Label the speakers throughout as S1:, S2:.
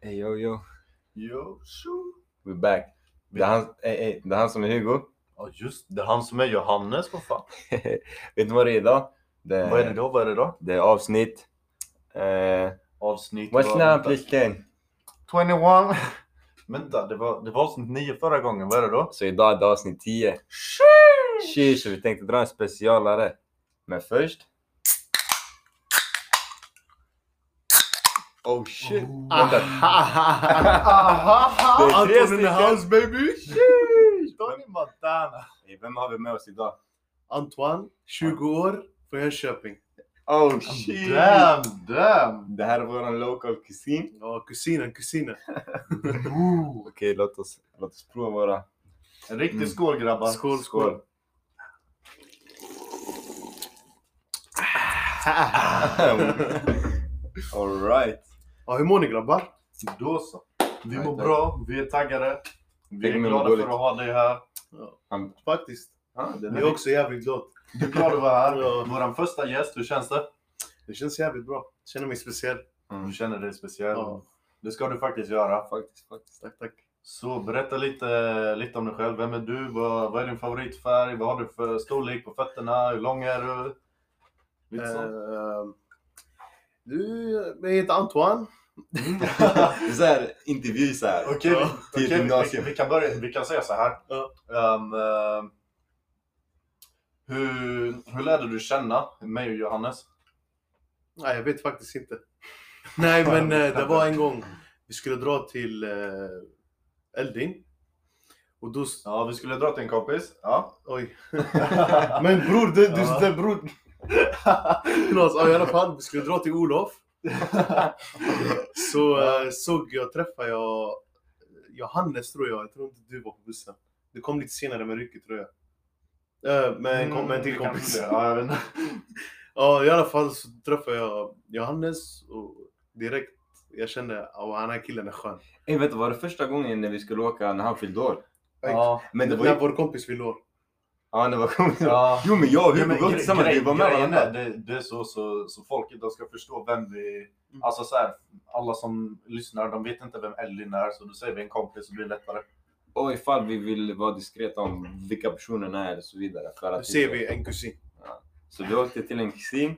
S1: Hey yo yo,
S2: Jo, tjo.
S1: we're back. Det är han, hey, hey, det är han som är Hugo.
S2: Ja just det, han som är Johannes, vad fan.
S1: Vet ni vad det är idag? Det,
S2: Vad är det då, vad är det då?
S1: det är avsnitt. Eh,
S2: Avsnitt...
S1: what's
S2: var-
S1: now plisken?
S2: 21! Vänta, det var, det var avsnitt 9 förra gången, vad är det då?
S1: Så idag är det avsnitt 10. Sheesh, så vi tänkte dra en specialare. Men först. Oh shit. Vänta. Det är tre
S2: Anton in the
S1: stycken.
S2: house baby! Sheesh! Tony Montana!
S1: Hey, Vem har vi med oss idag?
S3: Antoine, 20 år, från Jönköping.
S1: Oh
S2: Damn, damn!
S1: Det här är våran local kusin.
S3: Ja, kusinen, kusinen.
S2: Ooh.
S1: Okej, låt, oss, låt oss prova våra.
S2: En riktig
S1: Mm.
S2: skål grabbar!
S3: Skål,
S1: Skål.
S3: skål.
S1: Alright.
S3: Ja, hur mår ni grabbar?
S2: Då så. Vi
S1: Nej,
S2: mår
S1: tack.
S2: bra, vi är taggade. Vi
S1: Tänk
S2: är
S1: om det
S2: glada
S1: går
S2: för att
S1: lite.
S2: ha dig här.
S3: Faktiskt.
S1: Ah, den
S3: Jag
S1: här-
S3: är också jävligt glad.
S2: Du är glad att vara här.
S3: Ja.
S2: Våran första gäst, hur känns det?
S3: Det känns jävligt bra. Känner mig speciell.
S2: Du känner dig speciell.
S3: Ja.
S2: Det ska du faktiskt göra.
S1: Faktiskt, faktiskt.
S3: Tack, tack.
S2: Så berätta lite, lite om dig själv. Vem är du? Vad, vad är din favoritfärg? Vad har du för storlek på fötterna? Hur lång är du? Lite sånt.
S3: Eh, du, jag heter Antoine.
S1: Det är såhär intervju såhär.
S2: Okej, vi-
S3: Ja,
S2: okej,
S1: till
S2: vi,
S1: gymnasium.
S2: vi, vi, kan börja, vi kan säga så här.
S3: Ja.
S2: Ehm, ehm, hur, hur lärde du känna mig och Johannes?
S3: Nej, jag vet faktiskt inte. Nej, men eh, det var en gång vi skulle dra till eh, Eldin. Och då... s-
S2: Ja, vi skulle dra till en kompis. Ja.
S3: Oj.
S2: Mm.
S3: Men bror, du, du,
S2: Ja.
S3: det bror. Förlåt, ja, i alla fall. Vi skulle dra till Olof. Så eh, såg jag, träffade jag Johannes tror jag. Jag tror inte du var på bussen. Du kom lite senare med Rycke tror jag. Eh, Med en, kom, med en till
S2: Mm,
S3: kompis.
S2: kanske det. Ja, jag vet inte.
S3: Ja, i alla fall så träffade jag Johannes och direkt jag kände att den här killen är skön.
S1: Ey, vet du, var det första gången när vi skulle åka när han fyllde år?
S2: Ja.
S1: Men det var
S3: När
S1: ju...
S3: vår kompis fyllde år.
S1: Ja, det var komiskt.
S2: Ja.
S1: Jo men jag och
S2: Ja,
S1: Hugo
S2: men
S1: går
S2: gre-
S1: tillsammans, vi
S2: grej-
S1: var med
S2: grejen är,
S1: varandra.
S2: det, det är så, så, så folk idag ska förstå vem vi...
S3: Mm.
S2: Alltså så här, alla som lyssnar, de vet inte vem Ellin är, så då säger vi en kompis så blir det lättare.
S1: Och ifall vi vill vara diskreta om vilka personerna är och så vidare. För
S3: Nu
S1: att
S3: ser
S1: inte-
S3: vi en kusin.
S1: Så vi åkte till en kusin.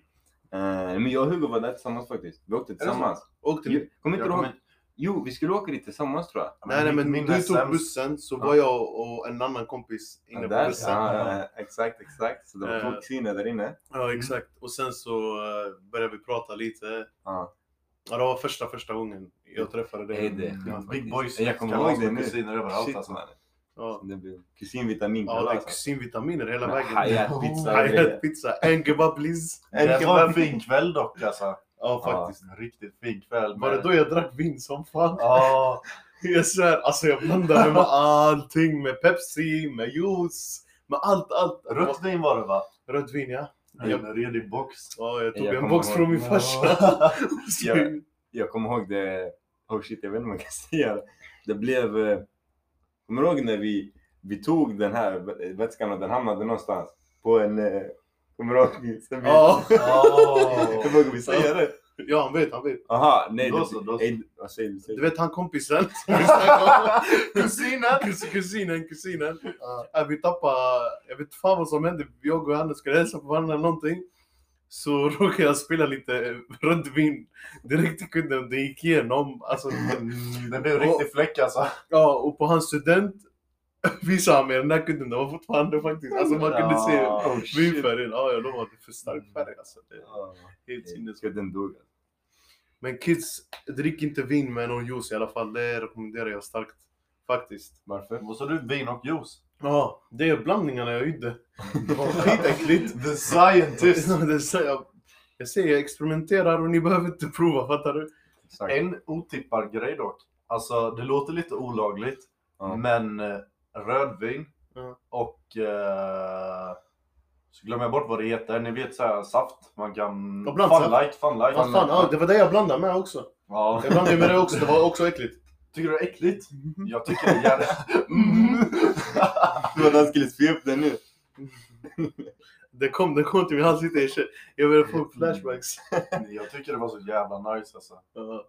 S1: Eh, men jag och Hugo var där tillsammans faktiskt. Vi åkte
S2: det så?
S1: tillsammans.
S3: Och till,
S1: Jo, Kommer inte
S2: Jag
S1: du
S2: kommer
S1: ihåg? Jo, vi skulle åka dit tillsammans tror jag.
S3: nej, nej, men
S2: min
S3: du
S2: SM
S3: tog bussen så var jag och en annan kompis inne
S1: Ja,
S3: på
S1: Där,
S3: bussen.
S1: ja, eh, exakt, exakt. Så det var två
S3: Eh.
S1: kusiner där inne.
S3: Ja, exakt. Och sen så eh, började vi prata lite.
S1: Ja.
S3: Ja, det var första, första gången jag träffade dig.
S1: Hej, det är
S3: Ja.
S1: skönt.
S2: Big boys,
S1: Jag kommer
S2: kalas
S1: ihåg det
S2: med
S1: nu.
S2: kusiner överallt
S1: Shit,
S2: alltså.
S1: mannen.
S3: Ja,
S1: Det blev kusinvitamin. alltså.
S3: ja det är kusinvitaminer hela vägen.
S1: Hayat pizza. och
S3: Hayat
S1: grejer.
S3: pizza. En kebab please.
S2: Det
S3: En
S2: var en
S3: kebab.
S2: fin kväll dock alltså.
S3: Ja, faktiskt.
S2: Faktiskt en riktigt fin kväll.
S3: Var det då jag drack vin som fan?
S2: Ja,
S3: Jag svär, alltså jag blandade med allting. Med Pepsi, med juice, med allt, allt.
S2: rött vin var det va?
S3: Rött vin ja.
S2: En redig box.
S3: Ja, jag tog
S1: Jag
S3: en
S1: kommer
S3: box
S1: ihåg.
S3: från min farsa.
S1: Ja. Jag kommer ihåg det. Oh shit, jag vet inte om jag kan säga det. Det blev... eh, Kommer du ihåg när vi, vi tog den här vä- vätskan och den hamnade någonstans? På en... eh, Kommer du ihåg? Sen vi-
S3: Ja,
S2: Ja.
S1: Jag vågar vi säga det?
S3: ja, han vet, han vet.
S1: Aha, nej.
S2: Då
S1: det-
S2: så, då så.
S1: ey, Vad säger du? Säger
S3: Du
S1: du?
S3: vet han kompisen?
S2: Kusinen!
S3: Kus- Kusinen, kusinen. Ja, äh, vi tappade, jag vet inte fan vad som hände. Jag och Johannes skulle hälsa på varandra eller någonting. Så råkade jag spilla lite rödvin direkt i kunden. Det gick igenom. Alltså,
S2: Mm, Det blev en riktig fläck alltså.
S3: ja, och på hans student visade han mig den där kunden. Den var fortfarande faktiskt. Alltså man kunde se
S2: Ja.
S1: Oh,
S3: vinfärgen. Ja, jag lovar. Det är för stark färg alltså. Det är
S1: Ja.
S3: helt sinnes.
S1: Eh, Kudden dog.
S3: Men kids, drick inte vin med någon juice i alla fall. Det rekommenderar jag starkt. Faktiskt.
S1: Varför?
S2: Och så du vin och juice.
S3: Ja, det är blandningarna jag gjorde. Det var skitäckligt.
S2: The scientist!
S3: Det sa jag, jag säger jag experimenterar och ni behöver inte prova, fattar du?
S1: Exakt.
S2: En otippad grej dock. Alltså det låter lite olagligt,
S1: Ja.
S2: men eh, rödvin
S3: Ja.
S2: och eh, så glömmer jag bort vad det heter. Ni vet så här saft man kan...
S3: Ja, bland
S2: Fun
S3: saft.
S2: light, fun light.
S3: Ja, fan, ja, det var det jag blandade med också.
S2: Ja.
S3: Jag blandade med det också, det var också äckligt.
S2: Tycker du det är äckligt? Jag tycker det är jävligt...
S1: Du var den skulle spy upp den nu.
S3: Det kom, det kom till min ansikte, jag kände- jag började få flashbacks.
S2: Jag tycker det var så jävla nice alltså.
S3: Ja.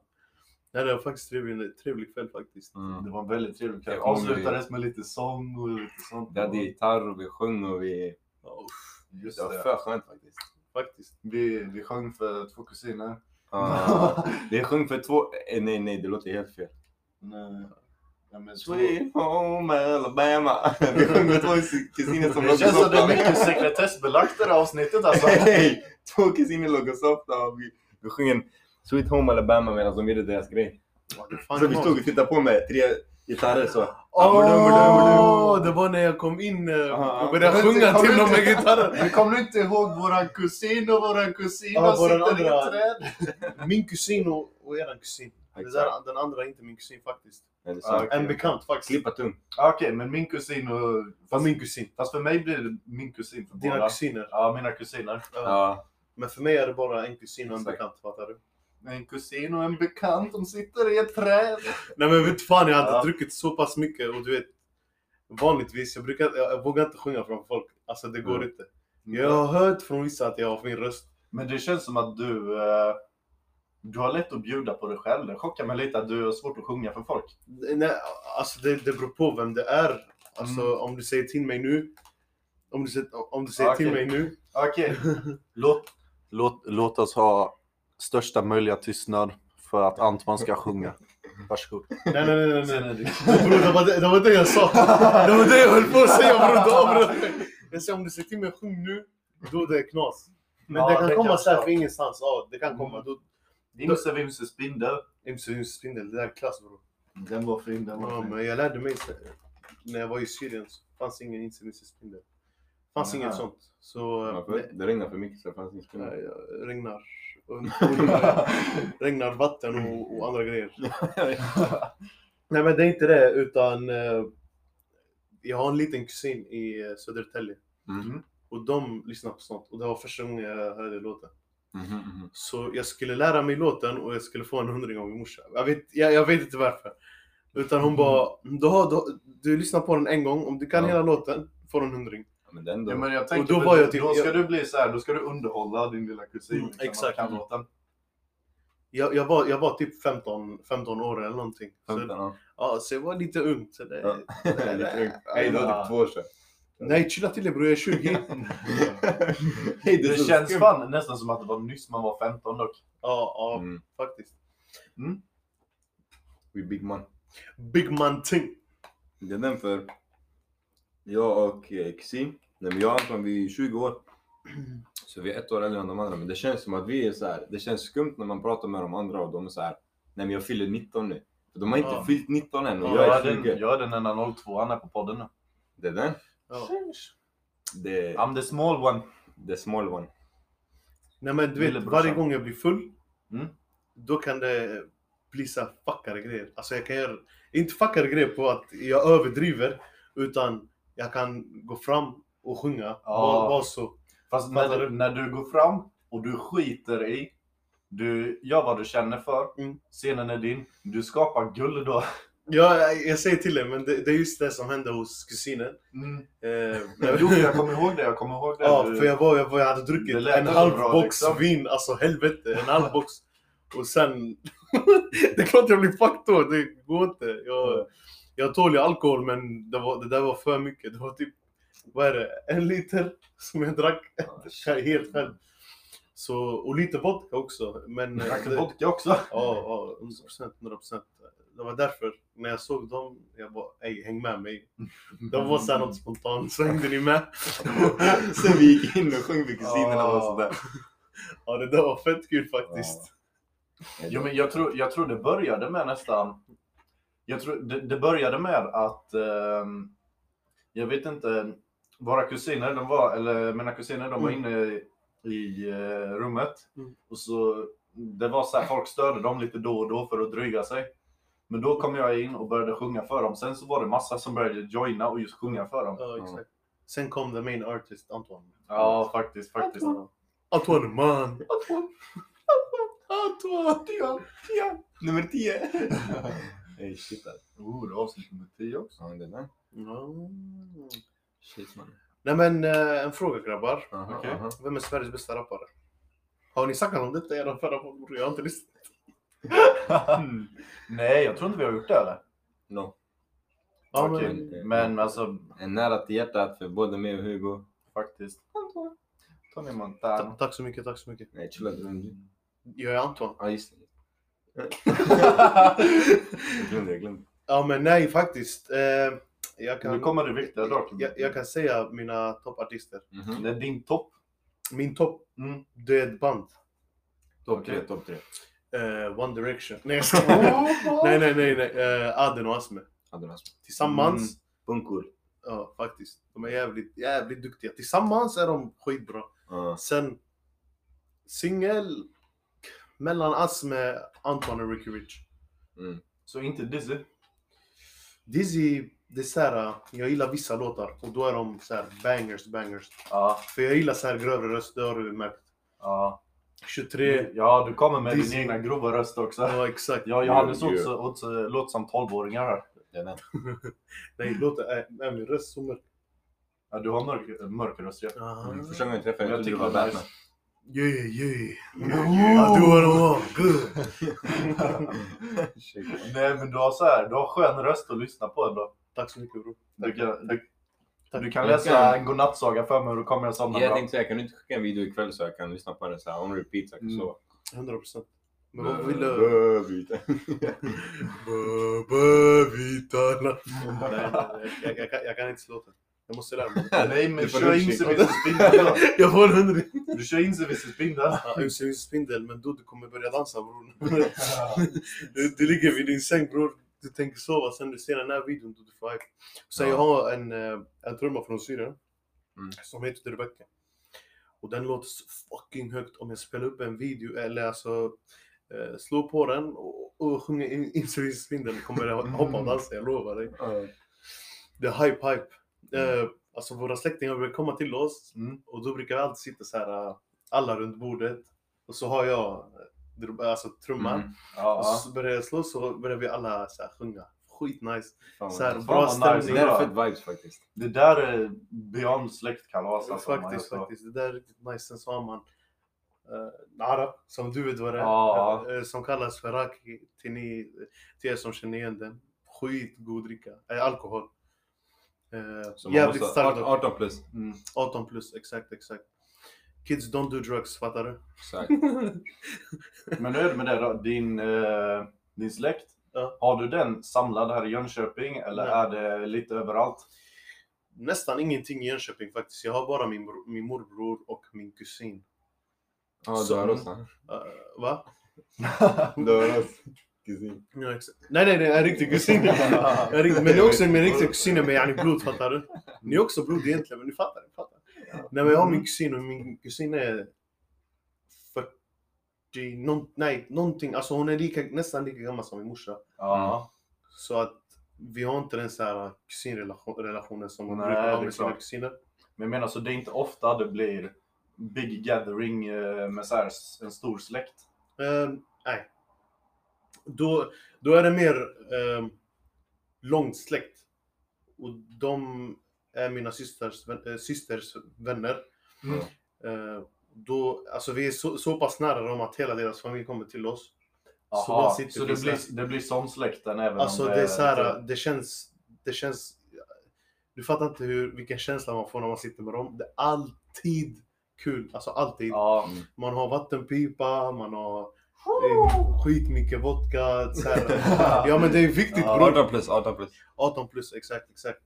S3: Ja, det var faktiskt trevlig, trevlig kväll faktiskt.
S1: Mm.
S2: Det var en väldigt trevlig kväll.
S1: Det kommer
S2: Avslutades med lite sång och lite sånt.
S1: Vi hade gitarr och vi sjöng och vi...
S3: Ja, uff,
S2: Just
S1: Det var
S2: det.
S1: för skönt faktiskt.
S3: faktiskt.
S2: Vi, vi sjöng för två kusiner.
S1: Ja. Vi sjöng för två... eh, Nej, nej, det låter helt fel.
S2: Nej. Ja, men två...
S1: Sweet home Alabama. Vi sjöng med två kus- kusiner som
S2: Det känns som det är
S1: låg
S2: mycket sekretessbelagt det här avsnittet alltså.
S1: Nej, två kusiner låg och softade och vi, vi sjöng en Sweet home Alabama medan de gjorde deras grej.
S3: Vad det fan
S1: Så
S3: det
S1: vi
S3: var.
S1: stod och tittade på med tre gitarrer så.
S3: Åh, det var när jag kom in eh,
S1: Ja,
S3: och började
S2: kom
S3: sjunga
S2: ut-
S3: till
S2: kom
S3: dem
S2: ut.
S3: med gitarren.
S2: Men kommer du inte ihåg våran kusin och våran kusin
S3: Ja,
S2: och
S3: våran
S2: sitter i
S3: andra-
S2: ett träd?
S3: Min kusin och, och eran kusin. Det där, den andra är inte min kusin faktiskt.
S1: Ja, det är
S2: Ja,
S1: sant.
S3: En bekant faktiskt.
S1: Klippa tung.
S2: Ja, Okej, men min kusin och...
S3: Var
S2: Fast,
S3: min kusin.
S2: fast för mig blir det min kusin för
S3: Dina
S2: båda.
S3: kusiner.
S2: Ja, mina kusiner.
S1: Ja.
S3: Men för mig är det bara en kusin och en
S1: Exakt.
S3: bekant. Fattar du?
S2: En kusin och en bekant, de sitter i ett träd.
S3: Nej men vet fan, jag hade
S2: Ja.
S3: druckit så pass mycket och du vet. Vanligtvis, jag, brukar, jag, jag vågar inte sjunga framför folk. Alltså det går
S1: Mm.
S3: inte. Jag har hört från vissa att jag har fin röst.
S2: Men det känns som att du... eh, Du har lätt att bjuda på dig själv. Det chockar mig lite att du har svårt att sjunga för folk.
S3: Nej, alltså det, det beror på vem det är. Alltså
S2: Mm. Ah,
S3: om du säger till mig nu. Om du, säger- om du säger till mig
S2: Okej.
S3: nu.
S2: Okej. Låt, låt, låt oss ha största möjliga tystnad för att Antman ska sjunga. Varsågod.
S3: Nej, nej, nej, nej. nej.
S2: Sen
S3: Bror, det var det, det var det jag sa. Det var det jag höll på att säga bror. Du avbröt mig. Jag sa om du säger till mig sjung nu, då är det knas. Men
S2: Ja,
S3: det kan
S2: det
S3: komma
S2: kan
S3: så här
S2: jag
S3: från ingenstans. Ja, det kan komma.
S2: Mm.
S3: Då,
S2: Imse vimse spindel.
S3: MC Hus spindel, det där är klass bror.
S2: Den var fin, den
S3: Ja,
S2: var fin.
S3: men jag lärde mig så- när jag var i Syrien så fanns ingen MC Hus spindel. Fanns
S2: Nej.
S3: inget sånt. Så eh,
S1: Varför? Mm. Det regnar för mycket så det fanns ingen
S3: nej,
S1: spelare.
S3: jag- regnar. och- och- Regnar vatten och, och andra grejer. Nej men det är inte det utan eh, jag har en liten kusin i eh, Södertälje.
S1: Mhm.
S3: Och de lyssnade på sånt. Och det var första gången jag hörde låten.
S1: Mhm, mhm.
S3: Så jag skulle lära mig låten och jag skulle få en hundring av min morsa. Jag vet, jag, jag vet inte varför. Utan hon
S2: Mhm.
S3: bara, du, har, du, du lyssnar på den en gång, om du kan
S1: Mm. Ja.
S3: hela låten, får du en hundring.
S1: Ja, men den då.
S2: Ja, men jag tänker,
S3: Och
S2: då,
S3: då var jag till-
S2: då ska du bli så här, då ska du underhålla din lilla kusin.
S3: Mm,
S2: liksom, att
S3: exakt.
S2: Kan låten.
S3: Jag, jag, var, jag var typ 15, 15 år eller någonting. Så,
S1: 15 år.
S3: ja, så jag var lite ung. Så det,
S1: Ja. Lite ungt. Hej, det var
S2: Ja.
S1: typ två år sedan.
S3: Nej, chilla till dig bror, jag är 20.
S1: Hej,
S2: Det
S1: är så
S2: känns
S1: skumt.
S2: fan nästan som att det var nyss man var 15 dock.
S3: ja, ja
S1: Mm.
S3: faktiskt.
S1: We big man.
S3: Big man ting.
S1: Det är den för jag och eh, kusin, nej men jag och Anton vi är 20 år. Så vi är ett år äldre än de andra men det känns som att vi är så här. det känns skumt när man pratar med de andra och de är så här. nej men jag fyller 19 nu. För de har inte
S3: Ja.
S1: fyllt 19 än och
S3: Ja,
S1: jag är
S2: den,
S1: 20.
S2: jag är den enda 02 an här på podden nu.
S1: Det är den.
S3: Ja.
S1: Det är
S2: I'm the small one.
S1: the small one.
S3: Nej men du vet,
S2: Lillebrorsan.
S3: varje gång jag blir full,
S2: Mm.
S3: då kan det bli så här fuckade grejer. Alltså jag kan göra, inte fuckade grejer på att jag överdriver, utan jag kan gå fram och sjunga.
S2: Ja.
S3: Var, var så.
S2: Fast
S3: Fattar
S2: när,
S3: du?
S2: när du går fram och du skiter i, du gör vad du känner för,
S3: Mm.
S2: scenen är din, du skapar guld då.
S3: Ja, jag, jag säger till dig, men det, det är just det som hände hos kusinen.
S2: Mm.
S3: Eh, när-
S2: Jo, jag kommer ihåg det, jag kommer ihåg det.
S3: ja,
S2: Du-
S3: för jag, var, jag, var, jag hade druckit
S2: Det lät
S3: en
S2: så
S3: halv
S2: bra,
S3: box
S2: liksom.
S3: vin, alltså helvete, en halv box. Och sen, det är klart jag blir fucked då, det går inte. Jag, jag tål ju alkohol men det, var, det där var för mycket. Det var typ, vad är det, en liter som jag drack helt själv. Så, och lite vodka också. Men,
S2: Drack du
S3: det-
S2: vodka också?
S3: Ja, ja, 100 procent, 100 procent. Det var därför, när jag såg dem, jag bara ey, häng med mig. Det var såhär något spontant, så hängde ni med?
S1: Sen vi gick in och sjöng för kusinerna och
S2: Ja.
S1: sådär.
S3: Ja, det där var fett kul faktiskt.
S2: Jo, men jag tror, jag tror det började med nästan... Jag tror det, det började med att... ehm, jag vet inte. Våra kusiner, de var, eller mina kusiner, de var
S3: Mm.
S2: inne i, i eh, rummet.
S3: Mm.
S2: Och så, det var så här, folk störde dem lite då och då för att dryga sig. Men då kom jag in och började sjunga för dem. Sen så var det massa som började joina och just sjunga för dem.
S3: Ja, exakt. Sen kom the main artist, Antoine.
S2: Ja, faktiskt, faktiskt.
S3: Antoine man!
S1: Antoine, Tian, Tian. Nummer 10. Ey shit alltså.
S2: Oh, det var avsnitt nummer 10 också.
S1: Ja, det är den.
S3: Ja.
S1: Shit man.
S3: Nej men eh, en fråga grabbar.
S1: Aha,
S2: Okej.
S1: aha.
S3: Vem är Sveriges bästa rappare? Har ni snackat om detta i er förra podd? Jag har inte lyssnat.
S2: Nej, jag tror inte vi har gjort det eller?
S1: No. eh,
S3: Ja,
S2: Okej.
S3: men,
S2: Men alltså,
S1: En nära till hjärtat för både mig och Hugo.
S2: faktiskt. Tony
S3: ta,
S2: Montana.
S3: tack så mycket, tack så mycket.
S1: Nej, chilla du glömde.
S3: Jag är Anton.
S1: Ja, just det. Jag glömde, jag glömde.
S3: Ja men nej faktiskt. Eh, jag,
S2: nu
S3: kan,
S2: kommer det viktiga dock.
S3: jag, jag kan säga mina toppartister.
S1: Mhm.
S2: Det är din topp.
S3: Min topp,
S2: Mm.
S3: det är ett band.
S1: Topp tre,
S2: Okej.
S1: topp tre.
S3: Eh, One Direction. Nej jag skojar. nej nej nej. nej. Eh, Aden och Asme.
S1: Hade några små
S3: Tillsammans.
S2: Mm.
S1: punkor.
S3: Ja faktiskt. De är jävligt, jävligt duktiga. Tillsammans är de skitbra.
S1: Ja.
S3: Sen singel mellan Asme, Anton och Ricky Rich.
S1: Mm.
S2: Så inte Dizzy.
S3: Dizzy, det är så här, jag gillar vissa låtar och då är de så här bangers, bangers.
S2: Ja,
S3: För jag gillar så här grövre röster, det har du märkt.
S2: ja.
S3: 23,
S2: ja, du kommer med
S3: Dizzy.
S2: din egna grova röst också.
S3: ja exakt.
S2: Ja, jag
S1: Jo,
S2: hade så
S1: jo.
S2: också åt, låt som 12-åringar här.
S1: Det är den.
S3: Nej, låt är är min röst så mörk.
S2: Ja, du har mörk, mörk röst. Ja.
S1: Mm, Första gången jag träffade dig,
S2: Jag
S1: jag trodde du
S2: tycker
S1: var
S2: det är
S1: Batman.
S2: nice.
S3: Yeah, yeah.
S2: Yeah.
S3: I do what I want, good.
S1: Ursäkta.
S2: Nej, men du har så här, du har skön röst att lyssna på ändå.
S3: Tack så mycket bror.
S2: Du kan, du,
S3: Tack.
S2: du kan läsa en godnattsaga för mig och då kommer jag somna
S1: Jag
S2: bra.
S1: tänkte säga, kan du inte skicka en video ikväll så jag kan lyssna på den så här on repeat så jag kan
S2: Mm.
S1: sova?
S3: 100 procent. Men vad vill du?
S1: Bövita.
S3: Böbitarna. Nej, nej, jag, jag, kan- jag kan inte låten. Jag måste lära mig.
S2: Nej, men
S1: Du får
S2: kör in
S1: utkik.
S2: sig vid sin spindel då.
S3: Jag får en hundring.
S2: Du kör in sig vid sin spindel.
S3: Ja, Usel spindel, men då du kommer börja dansa bror. Du, du ligger vid din säng bror. Du tänker sova, sen du ser den här videon då du får hype. Sen
S1: Ja.
S3: jag har en, eh, en trumma från Syrien.
S1: Mm.
S3: Som heter Rebecca. Och den låter så fucking högt om jag spelar upp en video eller alltså eh, slår på den och, och sjunger in, in så i spindeln kommer jag hoppa och dansa, jag lovar dig. Det är hype hype. Eh, alltså våra släktingar brukar komma till oss
S2: Mm.
S3: och då brukar vi alltid sitta så här eh, alla runt bordet. Och så har jag eh, dr- alltså trumman.
S1: Mm.
S2: Ja,
S3: Och så börjar jag slå så börjar vi alla så här, sjunga. Skitnice.
S1: Fan
S3: Så här,
S1: vad nice. Det
S2: Fan vad nice.
S3: bra stämning.
S1: där är fett vibes faktiskt.
S2: det där är beyond släktkalas. Alltså, om man
S3: faktiskt,
S2: gör så.
S3: faktiskt. Det där är riktigt nice. Sen så har man uh, Nara, som du vet vad det är.
S2: Ja.
S3: eh, som kallas för Raki, till, ni, till er som känner igen den. Skitgod dricka. Eh, alkohol. Eh,
S1: Så man
S3: jävligt
S1: måste-
S3: stark.
S1: 18
S3: dock.
S1: 18 plus.
S2: Mm.
S3: 18 plus, exakt, exakt. Kids don't do drugs, fattar du?
S1: Exakt.
S2: Men hur är det med det då? Din, eh, din släkt?
S3: Ja.
S2: Har du den samlad här i Jönköping eller
S3: Nej.
S2: är det lite överallt?
S3: Nästan ingenting i Jönköping faktiskt. Jag har bara min, bro- min morbror och min kusin.
S1: Ja, du
S3: Så-
S1: har oss. va?
S3: Eh, va?
S1: Du har oss. Kusin.
S3: Ja, exakt. Nej, nej, nej, en riktig kusin. En riktig- men ni är också min riktiga kusin med yani blod, fattar du? Ni är också blod egentligen, men ni fattar. Ni fattar. Nej, men jag har min kusin och min kusin är 40, nån- nej, någonting. Alltså hon är lika, nästan lika gammal som min morsa. Mm.
S2: Ja.
S3: Så att vi har inte den så här kusinrelationen som man
S2: Nej,
S3: brukar ha
S2: det är
S3: med sina
S2: klart.
S3: kusiner.
S2: Men jag menar så det är inte ofta det blir big gathering eh, med så här, s- en stor släkt.
S3: Ehm, nej. Då, då är det mer um, långt släkt. Och de är mina systers, vän- eh, systers vänner.
S2: Mm.
S3: Ehm, då, alltså vi är så, så pass nära dem att hela deras familj kommer till oss. Så
S2: Aha,
S3: bara
S2: så,
S3: sitter vi
S2: det,
S3: så
S2: blir,
S3: här.
S2: det blir sån släkten även
S3: Alltså
S2: om
S3: det är så här, det känns, det känns... Du fattar inte hur, vilken känsla man får när man sitter med dem. Det är alltid kul, alltså alltid.
S2: Ja.
S3: Man har vattenpipa, man har eh, skitmycket vodka. Så här. Ja men det är viktigt
S2: Ja.
S3: Typ bror.
S1: 18 plus, 18 plus.
S3: 18 plus, exakt, exakt.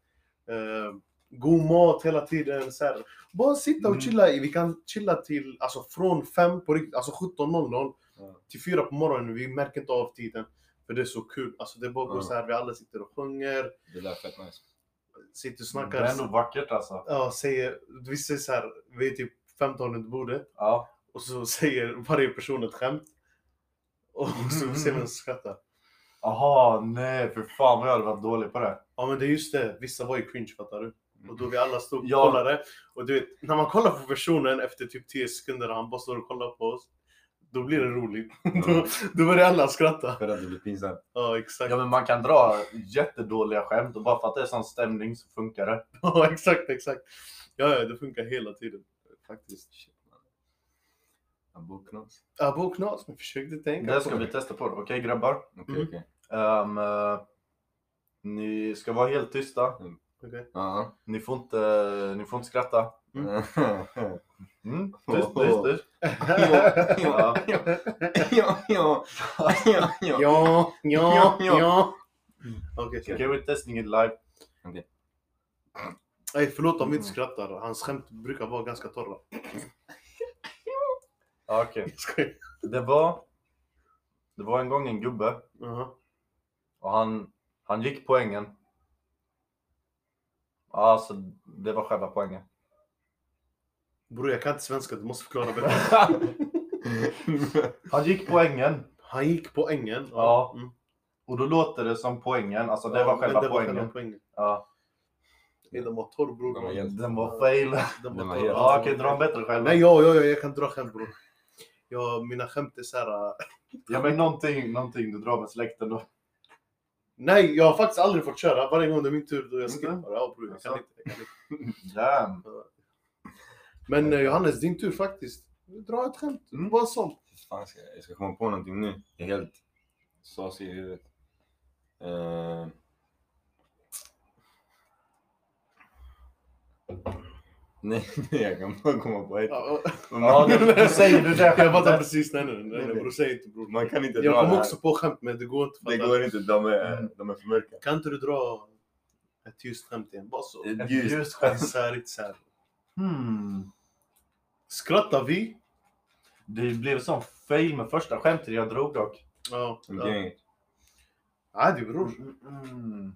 S3: Eh, god mat hela tiden. Så här. Bara sitta och
S2: Mm.
S3: chilla. i- Vi kan chilla till, alltså från 5 på riktigt, alltså 17.00
S1: Ja.
S3: till 4 på morgonen. Vi märker inte av tiden. För det är så kul. Alltså det är bara går
S1: Ja.
S3: så här, vi alla sitter och sjunger,
S1: Det där är fett nice.
S3: sitter och
S2: Det
S3: snackar.
S2: är ändå vackert alltså.
S3: Ja, säger, vi säger så här, vi är typ 15 runt bordet.
S2: Ja.
S3: Och så säger varje person ett skämt. Och
S2: Mm.
S3: så ser vi vem som skrattar.
S2: Aha, nej för fan vad jag hade varit dålig på det.
S3: Ja men det är just det, vissa var ju cringe fattar du. Och då vi alla stod och
S2: Mm. Ja.
S3: kollade. Och du vet, när man kollar på personen efter typ 10 sekunder och han bara står och kollar på oss. Då blir det roligt. då, då börjar alla skratta.
S1: För att det blir pinsamt.
S3: Ja exakt.
S2: Ja men man kan dra jättedåliga skämt och bara för att det är sån stämning så funkar det.
S3: Ja exakt, exakt. Ja, ja det funkar hela tiden. Faktiskt.
S1: Shit, man. Aboknos?
S3: Abo och knas, men försökte tänka
S2: Det
S3: på
S2: ska vi testa på. Okej grabbar?
S1: Okej,
S3: Mm.
S1: okej.
S2: Ehm, eh, ni ska vara helt tysta.
S3: Okej.
S1: Ja.
S2: Ni får inte, ni får inte skratta.
S3: Mm.
S2: Mm. Tyst, tyst, tyst. Ja.
S1: Ja, ja, ja, ja.
S3: Ja, ja,
S1: Ja, ja.
S3: ja.
S2: Mm.
S3: Okej, okej.
S2: Okej, we're testing it live.
S3: Nej, förlåt om vi inte skrattar. Hans skämt brukar vara ganska torra.
S2: Ja, Okej.
S3: Jag skojar.
S2: Det var... Det var en gång en gubbe
S3: Jaha.
S2: och han, han gick poängen. Ja, Alltså, det var själva poängen.
S3: Bror, jag kan inte svenska. Du måste förklara bättre.
S2: han gick poängen
S3: Han gick på ängen.
S2: Ja.
S3: Mm.
S2: och då låter det som poängen. Alltså, det
S3: Ja,
S2: var
S3: men
S2: själva
S3: det var
S2: poängen.
S3: själva poängen.
S2: Ja.
S3: Nej, den var torr bror.
S1: Den var helt-
S2: Den var fail.
S3: Den
S1: Den
S3: var
S1: var
S3: torr.
S1: helt-
S2: Ja, okej, dra en bättre själv.
S3: Nej, ja, ja, ja, jag kan dra skämt bror. Ja, mina skämt är såhär... äh,
S2: Ja, men någonting, någonting du drar med släkten då.
S3: Nej, jag har faktiskt aldrig fått köra. Varje gång det är min tur då
S2: Mm.
S3: jag skippar. Ja, bror,
S2: Alltså.
S3: jag kan inte. Jag kan inte.
S2: Damn.
S3: Men eh, Johannes, din tur faktiskt. Dra ett skämt.
S1: Mm.
S3: Bara sånt.
S1: Fan, ska jag, jag ska komma på någonting nu. Jag är helt sasig i huvudet. Eh, Nej, nej, jag kan bara komma på ett.
S3: Ja, ja.
S2: Ja, du, du säger du det
S3: Jag fattar
S2: skämtet.
S3: precis. Nej, nej, nej, nej bror. Säg inte bror.
S1: Man kan inte dra
S3: Jag
S1: det
S3: kom
S1: här.
S3: också på skämt, men det går inte.
S1: Det
S3: fattar.
S1: går inte, de är, de är för mörka.
S3: Kan inte du dra ett ljust skämt igen? Bara så.
S2: Ett
S1: Ett ljus.
S2: ljust skämt.
S3: Så här, inte så här.
S2: Hmm.
S3: Skrattar vi?
S2: Det blev sån fail med första skämtet jag drog dock.
S3: Ja.
S1: En
S3: ja.
S1: gäng.
S3: Adi bror.
S2: Mm.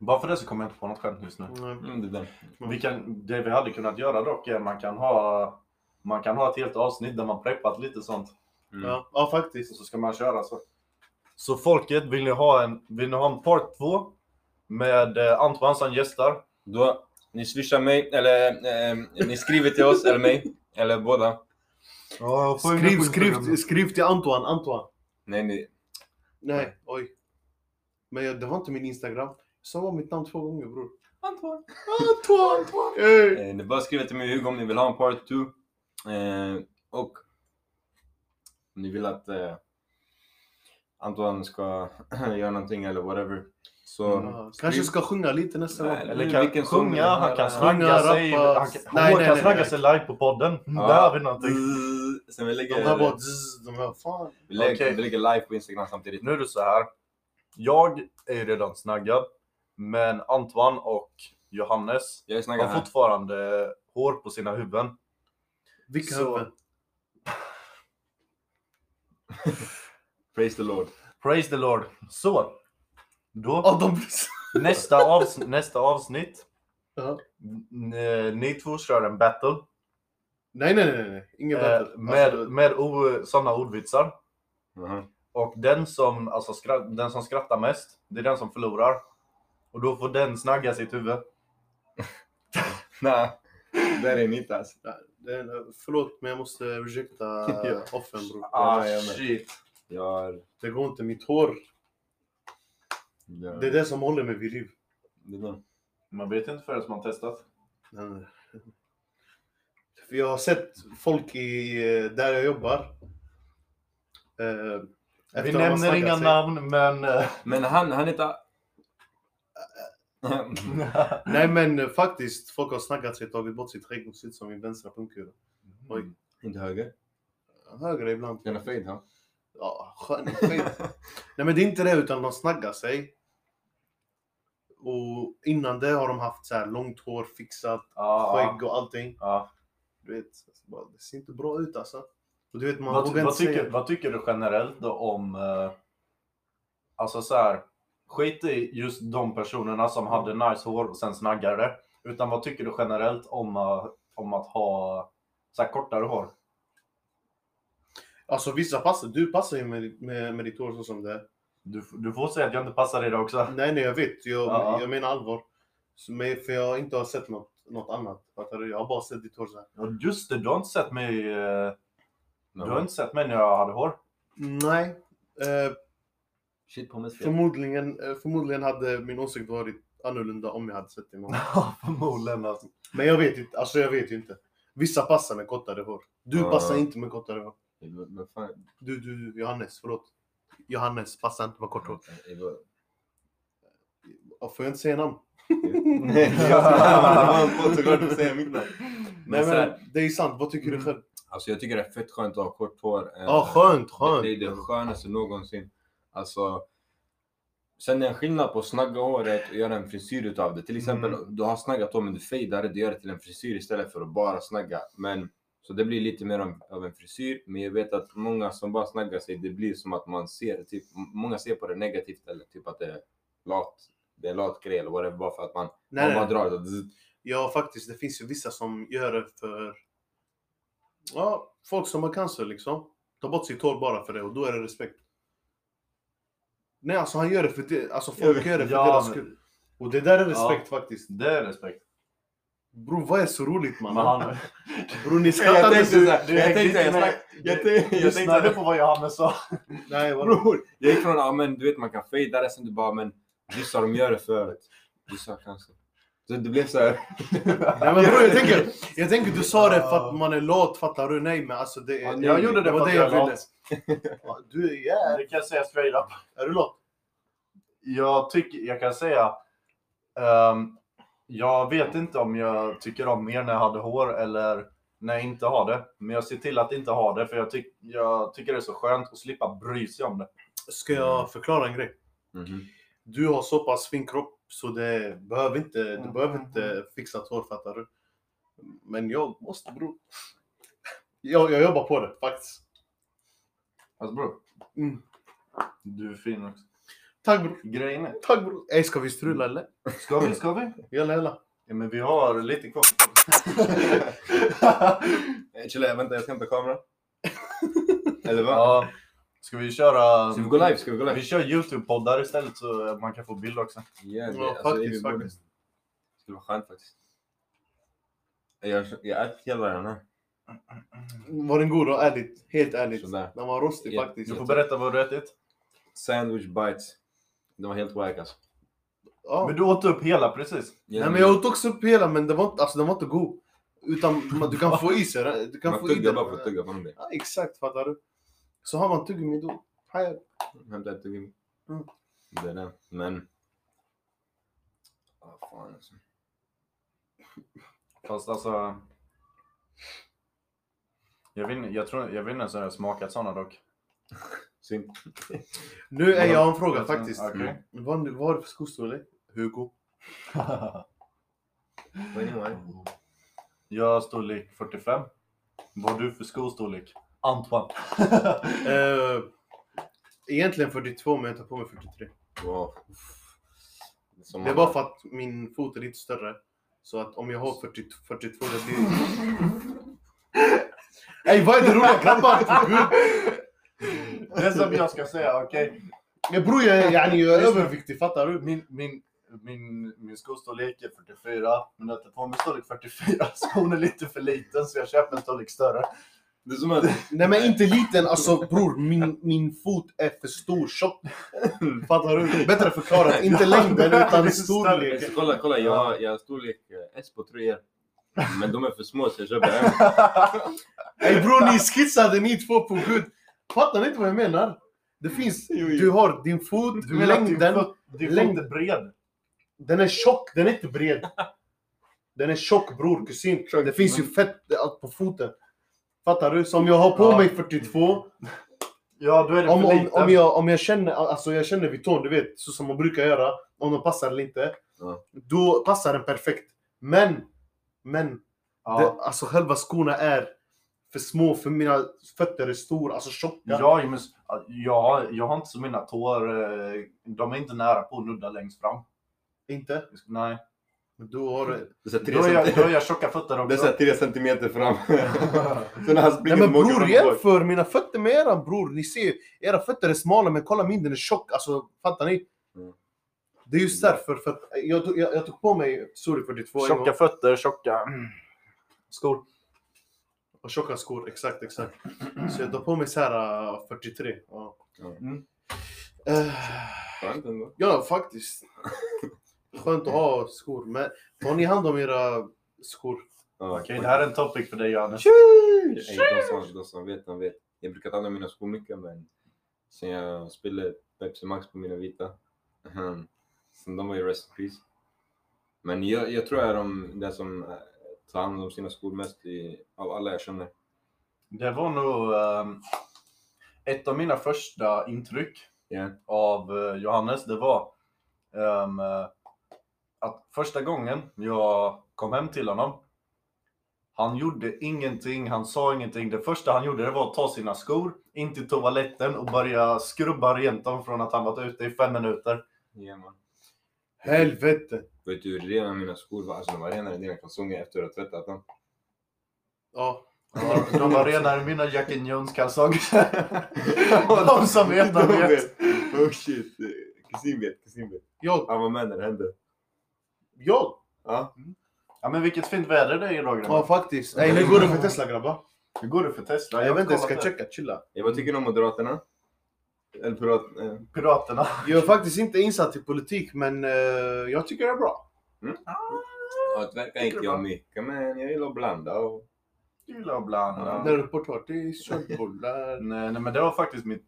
S2: Bara för det så kommer jag inte på något skämt just nu.
S3: Mm.
S1: Mm, det där.
S2: Vi kan, det vi hade kunnat göra dock är att man kan ha man kan ha ett helt avsnitt där man preppat lite sånt.
S1: Mm.
S3: Ja, ja
S2: Och
S3: faktiskt.
S2: så ska man köra så. Så folket, vill ni ha en, vill ni ha en part 2? Med eh, Antoine som gästar.
S1: Då, ni swishar mig, eller eh, ni skriver till oss, eller mig, eller båda.
S3: Skriv, skriv, skriv till Antoine. Antoine.
S1: Nej, ni,
S3: Nej, oj. Men jag, det var inte min Instagram. Så var mitt namn två gånger bror.
S1: Antoine.
S3: Antoine! Hey.
S1: Eh, ni bara skriver till mig Hugo om ni vill ha en part 2. Eh, och om ni vill att eh, Antoine ska göra någonting eller whatever. Så
S2: Mm.
S3: Ja, Kanske ska sjunga lite nästa
S1: Nej,
S3: gång.
S1: nej.
S2: Eller kan
S1: Vilken sång vill
S2: sjunga,
S1: ni
S2: han
S1: höra?
S2: kan
S3: Sjunga,
S2: snagga sig,
S3: rappa.
S2: han kan,
S3: Nej,
S2: han
S3: nej,
S2: kan
S3: nej,
S2: snagga
S3: nej.
S2: sig live på podden.
S1: Ja.
S2: Där har vi någonting.
S1: Zzz, Mm, Sen vi
S3: De
S1: lägger,
S3: här bara zzz, de här fan.
S1: vi, lägger,
S2: Okej.
S1: vi lägger live på Instagram samtidigt.
S2: Nu är det så här. Jag är redan snaggad, men Antoine och Johannes
S1: Jag snackar
S2: har
S1: här.
S2: fortfarande hår på sina huvuden.
S3: Vilka
S2: Så-
S3: huvuden?
S1: Praise the Lord.
S2: Praise the Lord. Så, då
S3: Ja, de
S2: nästa, avs nästa avsnitt.
S3: Ja.
S2: N- eh, Ni två kör en battle
S3: Nej, nej, nej, nej.
S2: eh,
S3: Inget bättre.
S2: med,
S3: Alltså,
S2: med o- sådana ordvitsar.
S1: Mhm.
S2: Och den som, alltså, skra- den som skrattar mest, det är den som förlorar. Och då får den snagga sitt huvud.
S1: Nej, där är mitt ass.
S3: det är- förlåt, men jag måste ursäkta
S1: Ja.
S3: offen bror.
S1: Ah, jag med.
S2: shit.
S1: Jag är...
S3: Det går inte, mitt hår.
S1: jag-
S3: Det är det som håller mig vid liv.
S1: det är bra.
S2: Man vet inte förrän man testat.
S3: Nej, nej. För jag har sett folk i, eh, där jag jobbar. eh, efter
S2: Vi
S3: de har
S2: nämner
S3: snackat
S2: inga
S3: sig.
S2: namn, men... eh,
S1: Men han, han heter...
S3: Nej men eh, faktiskt, folk har snackat sig, tagit bort sitt skägg och sitt som min vänstra pungkula. Oj.
S1: Inte höger.
S3: Högre ibland.
S1: Den är fade, han.
S3: Ja, skön skit. Nej men det är inte det, utan de snaggar sig. Och innan det har de haft så här långt hår, fixat,
S2: Ja,
S3: skägg och allting.
S2: ja.
S3: Du vet, alltså, bara, det ser inte bra ut alltså. Och du vet, man
S2: Vad,
S3: vågar
S2: vad,
S3: inte
S2: tycker,
S3: säga.
S2: vad tycker du generellt då om... eh, Alltså så här, skit i just de personerna som hade nice hår och sen snaggade. Utan vad tycker du generellt om, eh, om att ha så här kortare hår?
S3: Alltså vissa passar, du passar ju med, med, med ditt hår så som det är.
S2: Du, du får säga att jag inte passar i det också.
S3: Nej nej, jag vet. Jag,
S2: Ja.
S3: jag menar allvar. Så, men, för jag har inte har sett något, något annat. Fattar du? Jag har bara sett ditt hår så här.
S2: Ja, just det, du har inte sett mig... eh, Du har
S1: Men-
S2: inte sett mig när jag hade hår.
S3: Nej. Eh,
S1: Shit på mig.
S3: Förmodligen, eh, förmodligen hade min åsikt varit annorlunda om jag hade sett det imorgon.
S2: Ja, förmodligen alltså.
S3: Men jag vet inte, alltså jag vet ju inte. Vissa passar med kortare hår. Du
S1: Ja.
S3: passar inte med kortare hår.
S1: Men fan.
S3: Du, du, du, Johannes, förlåt. Johannes passar inte med kort hår.
S1: eh,
S3: Och Får jag inte säga namn?
S1: Nej, jag ska- det var en podd så klart att säga mitt namn.
S3: Nej
S1: Men så här-
S3: men det är ju sant, vad tycker du
S1: Mm.
S3: själv?
S1: Alltså jag tycker det är fett skönt att ha kort hår. Eh,
S3: Ja, skönt,
S1: Det-
S3: skönt.
S1: Det är det skönaste någonsin. Alltså, sen är det en skillnad på att snagga håret och göra en frisyr utav det. Till exempel, du har snaggat hår men du fejdar det, du gör det till en frisyr istället för att bara snagga. Men, så det blir lite mer av- av en frisyr, men jag vet att många som bara snaggar sig, det blir som att man ser, typ, många ser på det negativt eller typ att det är lat, det är en lat grej eller whatever, bara för att man, man
S3: Nej,
S1: bara
S3: nej.
S1: drar det. Zzz.
S3: Ja faktiskt, det finns ju vissa som gör det för ja, folk som har cancer liksom. Ta bort sitt hår bara för det och då är det respekt. Nej alltså han gör det för det, alltså folk gör det för
S2: Ja,
S3: deras
S2: men-
S3: skull. Och det där
S2: Ja.
S3: är respekt faktiskt.
S2: Det är respekt.
S3: Bror vad är så roligt
S2: Men
S3: mannen?
S2: han,
S3: Bror ni
S1: Jag
S3: skrattar
S1: tänkte
S3: inte.
S1: så här,
S2: du
S1: jag
S2: hängde
S1: tänkte-
S2: inte
S1: jag
S2: med.
S1: snack- jag
S2: Du-
S1: tänkte- jag
S2: du
S1: tänkte-
S2: snarare på vad Johannes sa.
S3: Nej, vadå?
S1: Bror, jag gick från ja men du vet man kan fejda det sen du bara men vissa de gör det för att vissa kanske. Så det blev så här.
S3: Nej, men bror, jag, tänker, jag tänker du sa det för att man är lat, fattar du? Nej men alltså det
S1: Ja,
S3: är...
S2: Jag gjorde det
S3: var
S2: för att
S3: jag
S2: jag är
S3: ville. Ja, Du är
S2: Det
S3: jävligt...
S2: kan jag säga straight up.
S3: Är du lat?
S2: Jag, tycker, jag kan säga, ehm, jag vet inte om jag tycker om mer när jag hade hår eller när jag inte har det. Men jag ser till att inte ha det för jag, tyck, jag tycker det är så skönt att slippa bry sig om det.
S3: Ska jag förklara en grej?
S1: Mhm.
S3: du har så pass fin kropp så det behöver inte, du
S2: Mm.
S3: behöver inte fixat hår fattar du. Men jag måste bror. Jag, jag jobbar på det faktiskt.
S2: Alltså bror,
S3: Mm.
S2: du är fin också.
S3: Tack bror.
S2: Grejen är,
S3: Tack bror. Ey ska vi strula eller?
S2: ska vi, ska vi?
S3: Jalla jalla.
S2: Ja, men vi har lite kvar.
S1: Eh, Chilla, vänta jag ska hämta kameran. Eller vad?
S2: ja, ska vi köra...
S1: Ska vi gå live? Ska vi gå live?
S2: Vi kör Youtube-poddar istället så man kan få bilder också.
S1: Ja, det,
S3: Ja,
S1: alltså,
S3: faktiskt,
S1: det är vi
S3: faktiskt.
S1: borde- Det skulle vara skönt faktiskt. Jag, jag äter hela den här.
S3: Var den god då? Ärligt. Helt ärligt.
S1: Sådär.
S3: Den var rostig
S1: Ja.
S3: faktiskt.
S2: Du får berätta vad du ätit.
S1: Sandwich bites. De var helt wack alltså.
S3: Ja.
S2: Men du åt upp hela precis.
S3: Nej men jag åt också upp hela men den var, inte- alltså, den var inte god. Utan man- du kan få i sig den. Du kan
S1: Man
S3: få i
S1: tuggar
S3: den.
S1: bara för att tugga på någonting.
S3: Ja, exakt fattar du. Så har man tuggummi då. Här.
S1: Hämta ett tuggummi.
S3: Mm.
S1: Det är det. Men... Vad fan alltså.
S2: Fast alltså... Jag vet, inte- jag, tror, jag vet inte ens om jag har smakat såna dock.
S1: Synd.
S3: Nu är jag har en fråga
S2: Jag tror-
S3: faktiskt. Mm.
S2: Okej.
S3: Vad, vad har du för skostorlek? Hugo.
S1: Men anyway.
S2: jag har storlek 45. Vad har du för skostorlek? Antoine.
S3: Eh, egentligen 42 men jag tar på mig 43.
S1: Wow. Uff. Som
S3: Det är
S1: man-
S3: bara för att min fot är lite större. Så att om jag har 40, 42 det blir... Ey vad är det roliga grabbar? för gud?
S2: det som jag ska säga, okej.
S3: Men bror jag, är- yani, jag är överviktig fattar du?
S2: Min, min, min, min skostorlek är 44, men jag tar på mig storlek 44. Skon är lite för liten så jag köper en storlek större.
S1: Det är som att...
S3: Nej men inte liten alltså bror min, min fot är för stor tjock. Fattar du? Bättre förklarat, inte längden utan storlek.
S1: Alltså, kolla, kolla. Jag har, jag har storlek eh, S på tröjor. Men de är för små så jag köper en.
S3: Ey bror ni skissade ni två på gud. Fattar ni inte vad jag menar? Det finns, du har din fot,
S2: Du menar att din
S3: längden.
S2: fot- din fot
S3: längden.
S2: är bred?
S3: Den är tjock, den är inte bred. Den är tjock bror, kusin. Det finns ju fett allt på foten. Fattar du? Som jag har på
S2: Ja.
S3: mig 42.
S2: Ja, då är det
S3: Om,
S2: för
S3: om,
S2: liten.
S3: om, jag, om jag känner, alltså jag känner vid tån, du vet, så som man brukar göra. Om den passar eller inte.
S1: Ja.
S3: Då passar den perfekt. Men, men,
S2: ja.
S3: det, alltså själva skorna är för små för mina fötter är stora, alltså tjocka.
S2: Ja, men, s- ja, jag har inte så mina tår, eh, de är inte nära på att nudda längst fram.
S3: Inte?
S2: Nej.
S3: Men då har du...
S1: Det är så här tre
S2: Då har jag, då
S1: centimeter-
S2: har jag tjocka fötter
S1: det är så här
S2: också.
S1: tre centimeter fram. så när han springer
S3: Nej men
S1: de åker
S3: bror
S1: fram och bak.
S3: jämför mina fötter med eran bror. Ni ser, era fötter är smala men kolla min, den är tjock. Alltså fattar ni?
S1: Mm.
S3: Det är just därför, för att jag, tog- jag, jag tog på mig, sorry 42 en
S2: Tjocka
S3: gång.
S2: fötter, tjocka mm, skor.
S3: Och tjocka skor, exakt exakt. Så jag tog på mig så här äh, 43. Ja,
S2: Mm.
S3: Eh,
S1: Skönt ändå.
S3: ja faktiskt. Skönt att ha skor. Men tar ni hand om era skor?
S1: Ja,
S2: Okej, det här är en topic för dig Johannes.
S1: Ey, de, som, de som vet, de vet. Jag brukar ta av mina skor mycket, men sen jag spelade Pepsi Max på mina vita, ehm, sen de var ju rest in peace. Men jag, jag tror jag är de, den som eh, tar hand om sina skor mest i, av alla jag känner.
S2: Det var nog ehm, ett av mina första intryck
S1: Ja.
S2: av eh, Johannes. Det var ehm, eh, att första gången jag kom hem till honom. Han gjorde ingenting, han sa ingenting. Det första han gjorde det var att ta sina skor in till toaletten och börja skrubba rent dem från att han varit ute i fem minuter.
S1: Ja, man.
S3: Helvete!
S1: Vet du hur rena mina skor var? Alltså de var renare än dina kalsonger efter att ha tvättat dem.
S3: Ja.
S2: De var renare än mina Jack and Jones kalsonger. De som vet, de vet.
S1: Oh shit. Kusin vet, kusin vet.
S3: Jag,
S1: Han var med när det hände.
S3: jag!
S1: Ja.
S2: Ja men vilket fint väder det är idag grabbar.
S3: Ja faktiskt. Nej, nu går det för Tesla grabbar.
S2: Hur går det för Tesla?
S3: Nej, jag vet inte, jag
S2: har
S3: ska
S2: kollat det.
S3: checka, chilla.
S1: Ja, Vad tycker ni om Moderaterna? Eller pirat, eh,
S2: Piraterna.
S3: Jag är faktiskt inte insatt i politik men eh, jag tycker det är bra.
S1: Ja, det verkar
S2: Tycker
S1: inte
S2: du
S1: jag
S2: bara?
S1: mycket, men jag gillar att blanda. Och...
S2: Gillar att blanda.
S1: Ja.
S3: När du potatis, köttbullar.
S2: Nej, nej men det var faktiskt mitt,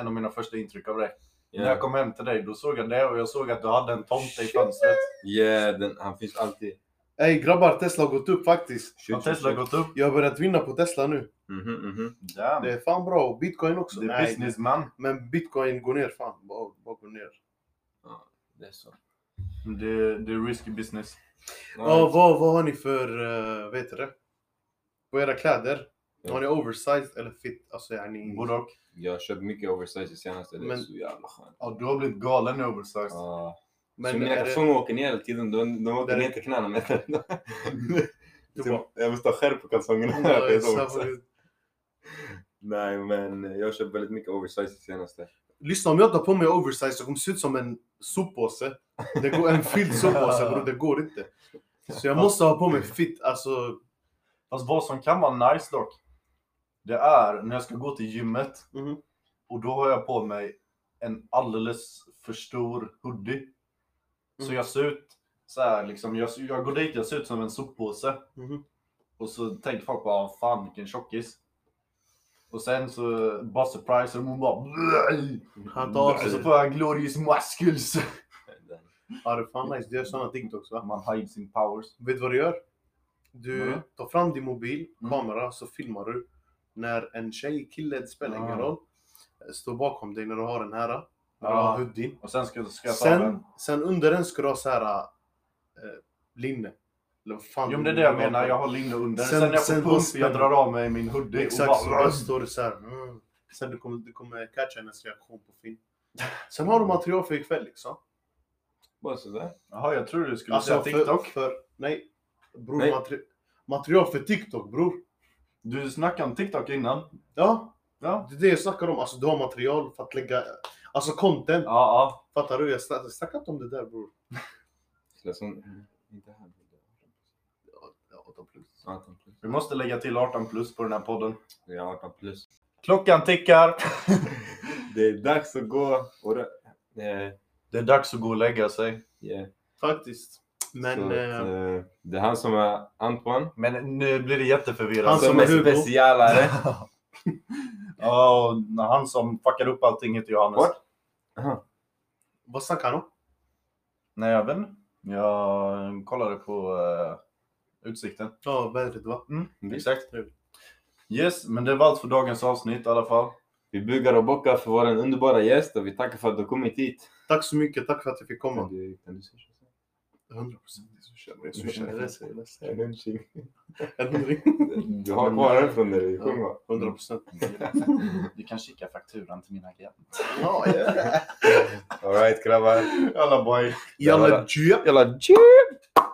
S2: en av mina första intryck av dig. När jag kom hem till dig då såg jag det och jag såg att du hade en tomte i fönstret.
S1: Ja, den, han finns alltid.
S3: Ey grabbar, Tesla har gått upp faktiskt.
S1: Shit,
S2: Har Tesla gått upp?
S3: Jag har börjat vinna på Tesla nu.
S1: Mhm, mhm.
S2: Damn.
S3: Det
S2: Det,
S3: är fan bra. Och bitcoin också.
S2: är businessman.
S3: Men bitcoin går ner fan. Bara, bara går ner.
S1: Det är så.
S2: Det, det är risky business.
S3: Ja, vad, vad har ni för, uh, vet du det? På era kläder?
S1: Ja.
S3: Har ni oversized eller fit? Alltså
S1: Mm.
S3: yani...
S2: Både och.
S1: Jag har köpt mycket oversize det senaste, det är
S3: Men-
S1: så jävla skönt.
S2: Ja, du har blivit galen i oversize.
S1: Ja. så
S3: Men
S1: mina
S3: är det,
S1: kalsonger åker ner hela tiden, de, de åker
S3: Där-
S1: ner till knäna med den.
S3: Du
S1: Så
S3: bara-
S1: Jag måste ha skärp på kalsongerna.
S3: Ja,
S1: Det är så
S3: exakt.
S1: också. Nej, men jag har köpt väldigt mycket oversize det senaste.
S3: Lyssna, om jag tar på mig oversized så kommer det se ut som en soppåse. Det går, en fylld soppåse bror, det går inte. Så jag måste ha på mig fit, alltså.
S2: Fast vad som kan vara nice dock. Det är när jag ska gå till gymmet
S1: Mm-hmm.
S3: Mhm.
S2: och då har jag på mig en alldeles för stor hoodie. Så
S3: Mm.
S2: jag ser ut så här, liksom, jag, jag går dit, jag ser ut som en soppåse.
S3: Mhm.
S2: Och så tänker folk bara, fan vilken tjockis. Och sen så, bara surprise, och hon bara...
S3: Han tar av
S2: Och så
S3: sig.
S2: får jag glorious muscles.
S1: Mm, Den-
S3: Ja, det är fan nice. Det gör sådana TikToks va?
S2: Man hides in powers.
S3: Vet du vad du gör? Du
S2: Vadå?
S3: tar fram din mobil,
S2: Mm.
S3: kamera, så filmar du när en tjej, kille, det spelar ingen
S2: Ah.
S3: roll, Eh, står bakom dig när du har den här. När du
S2: Ja.
S3: har hoodien.
S2: Och sen ska, ska jag ta
S3: Sen,
S2: den.
S3: sen under den ska du ha så här eh, linne. Eller vad fan
S2: Jo men det är
S3: du
S2: det jag
S3: vill ha
S2: menar,
S3: på.
S2: jag har linne under.
S3: Sen-
S2: Sen, när jag får
S3: sen
S2: pump,
S3: måste
S2: jag
S3: man-
S2: drar av mig min hoodie
S3: Exakt,
S2: och
S3: så
S2: bara...
S3: bara står det så här. Mm. Sen du kommer, du kommer catcha hennes reaktion på film. Sen har du material för ikväll liksom.
S1: Bara sådär.
S2: Jaha, jag tror du skulle säga
S3: Alltså, för,
S2: TikTok.
S3: för... Nej. Bror,
S1: Nej.
S3: Materi material för TikTok bror.
S2: Du snackade om TikTok innan.
S3: Ja,
S2: Ja.
S3: det är det jag snackar om. Alltså du har material för att lägga... Alltså content.
S2: Ja, ja.
S3: Fattar du? Jag snack- jag snackar inte om det där bror.
S1: Eller
S3: Mm.
S1: sån- Inte här.
S3: Ja, 8 plus.
S1: 18 plus.
S2: Vi måste lägga till 18 plus på den här podden.
S1: Det är 18 plus.
S2: Klockan tickar.
S1: Det är dags att gå och rö- eh,
S2: Det är dags att gå och lägga sig.
S1: yeah.
S3: Faktiskt. Men...
S1: Så att,
S3: eh,
S1: eh, det är han som är Antoine.
S2: Men nu blir det jätteförvirrat.
S3: Han
S1: Han
S3: som
S1: som,
S3: är
S1: är
S3: Hugo.
S1: specialare.
S2: Ja, och när han som fuckar upp allting heter Johannes.
S1: Vart?
S3: Vad snackar han om?
S2: Nej, jag vet inte. Jag kollade på eh, utsikten.
S3: Ja, vädret va?
S1: Mm.
S2: Exakt.
S3: Trevligt.
S2: Yes, men det var allt för dagens avsnitt i alla fall.
S1: Vi bugar och bockar för vår underbara gäst och vi tackar för att du kommit hit.
S3: Tack så mycket, tack för att jag fick komma.
S1: Du- kan du swisha?
S3: 100%
S1: Swisha.
S3: swisha.
S1: En hundring.
S3: En hundring.
S1: Du har kvar den från när du
S3: Ja.
S1: sjöng va?
S3: 100 procent.
S2: Du kan skicka fakturan till mina agent.
S1: Alright grabbar.
S2: Alla boy.
S3: Jalla, jep.
S1: Jalla tjur!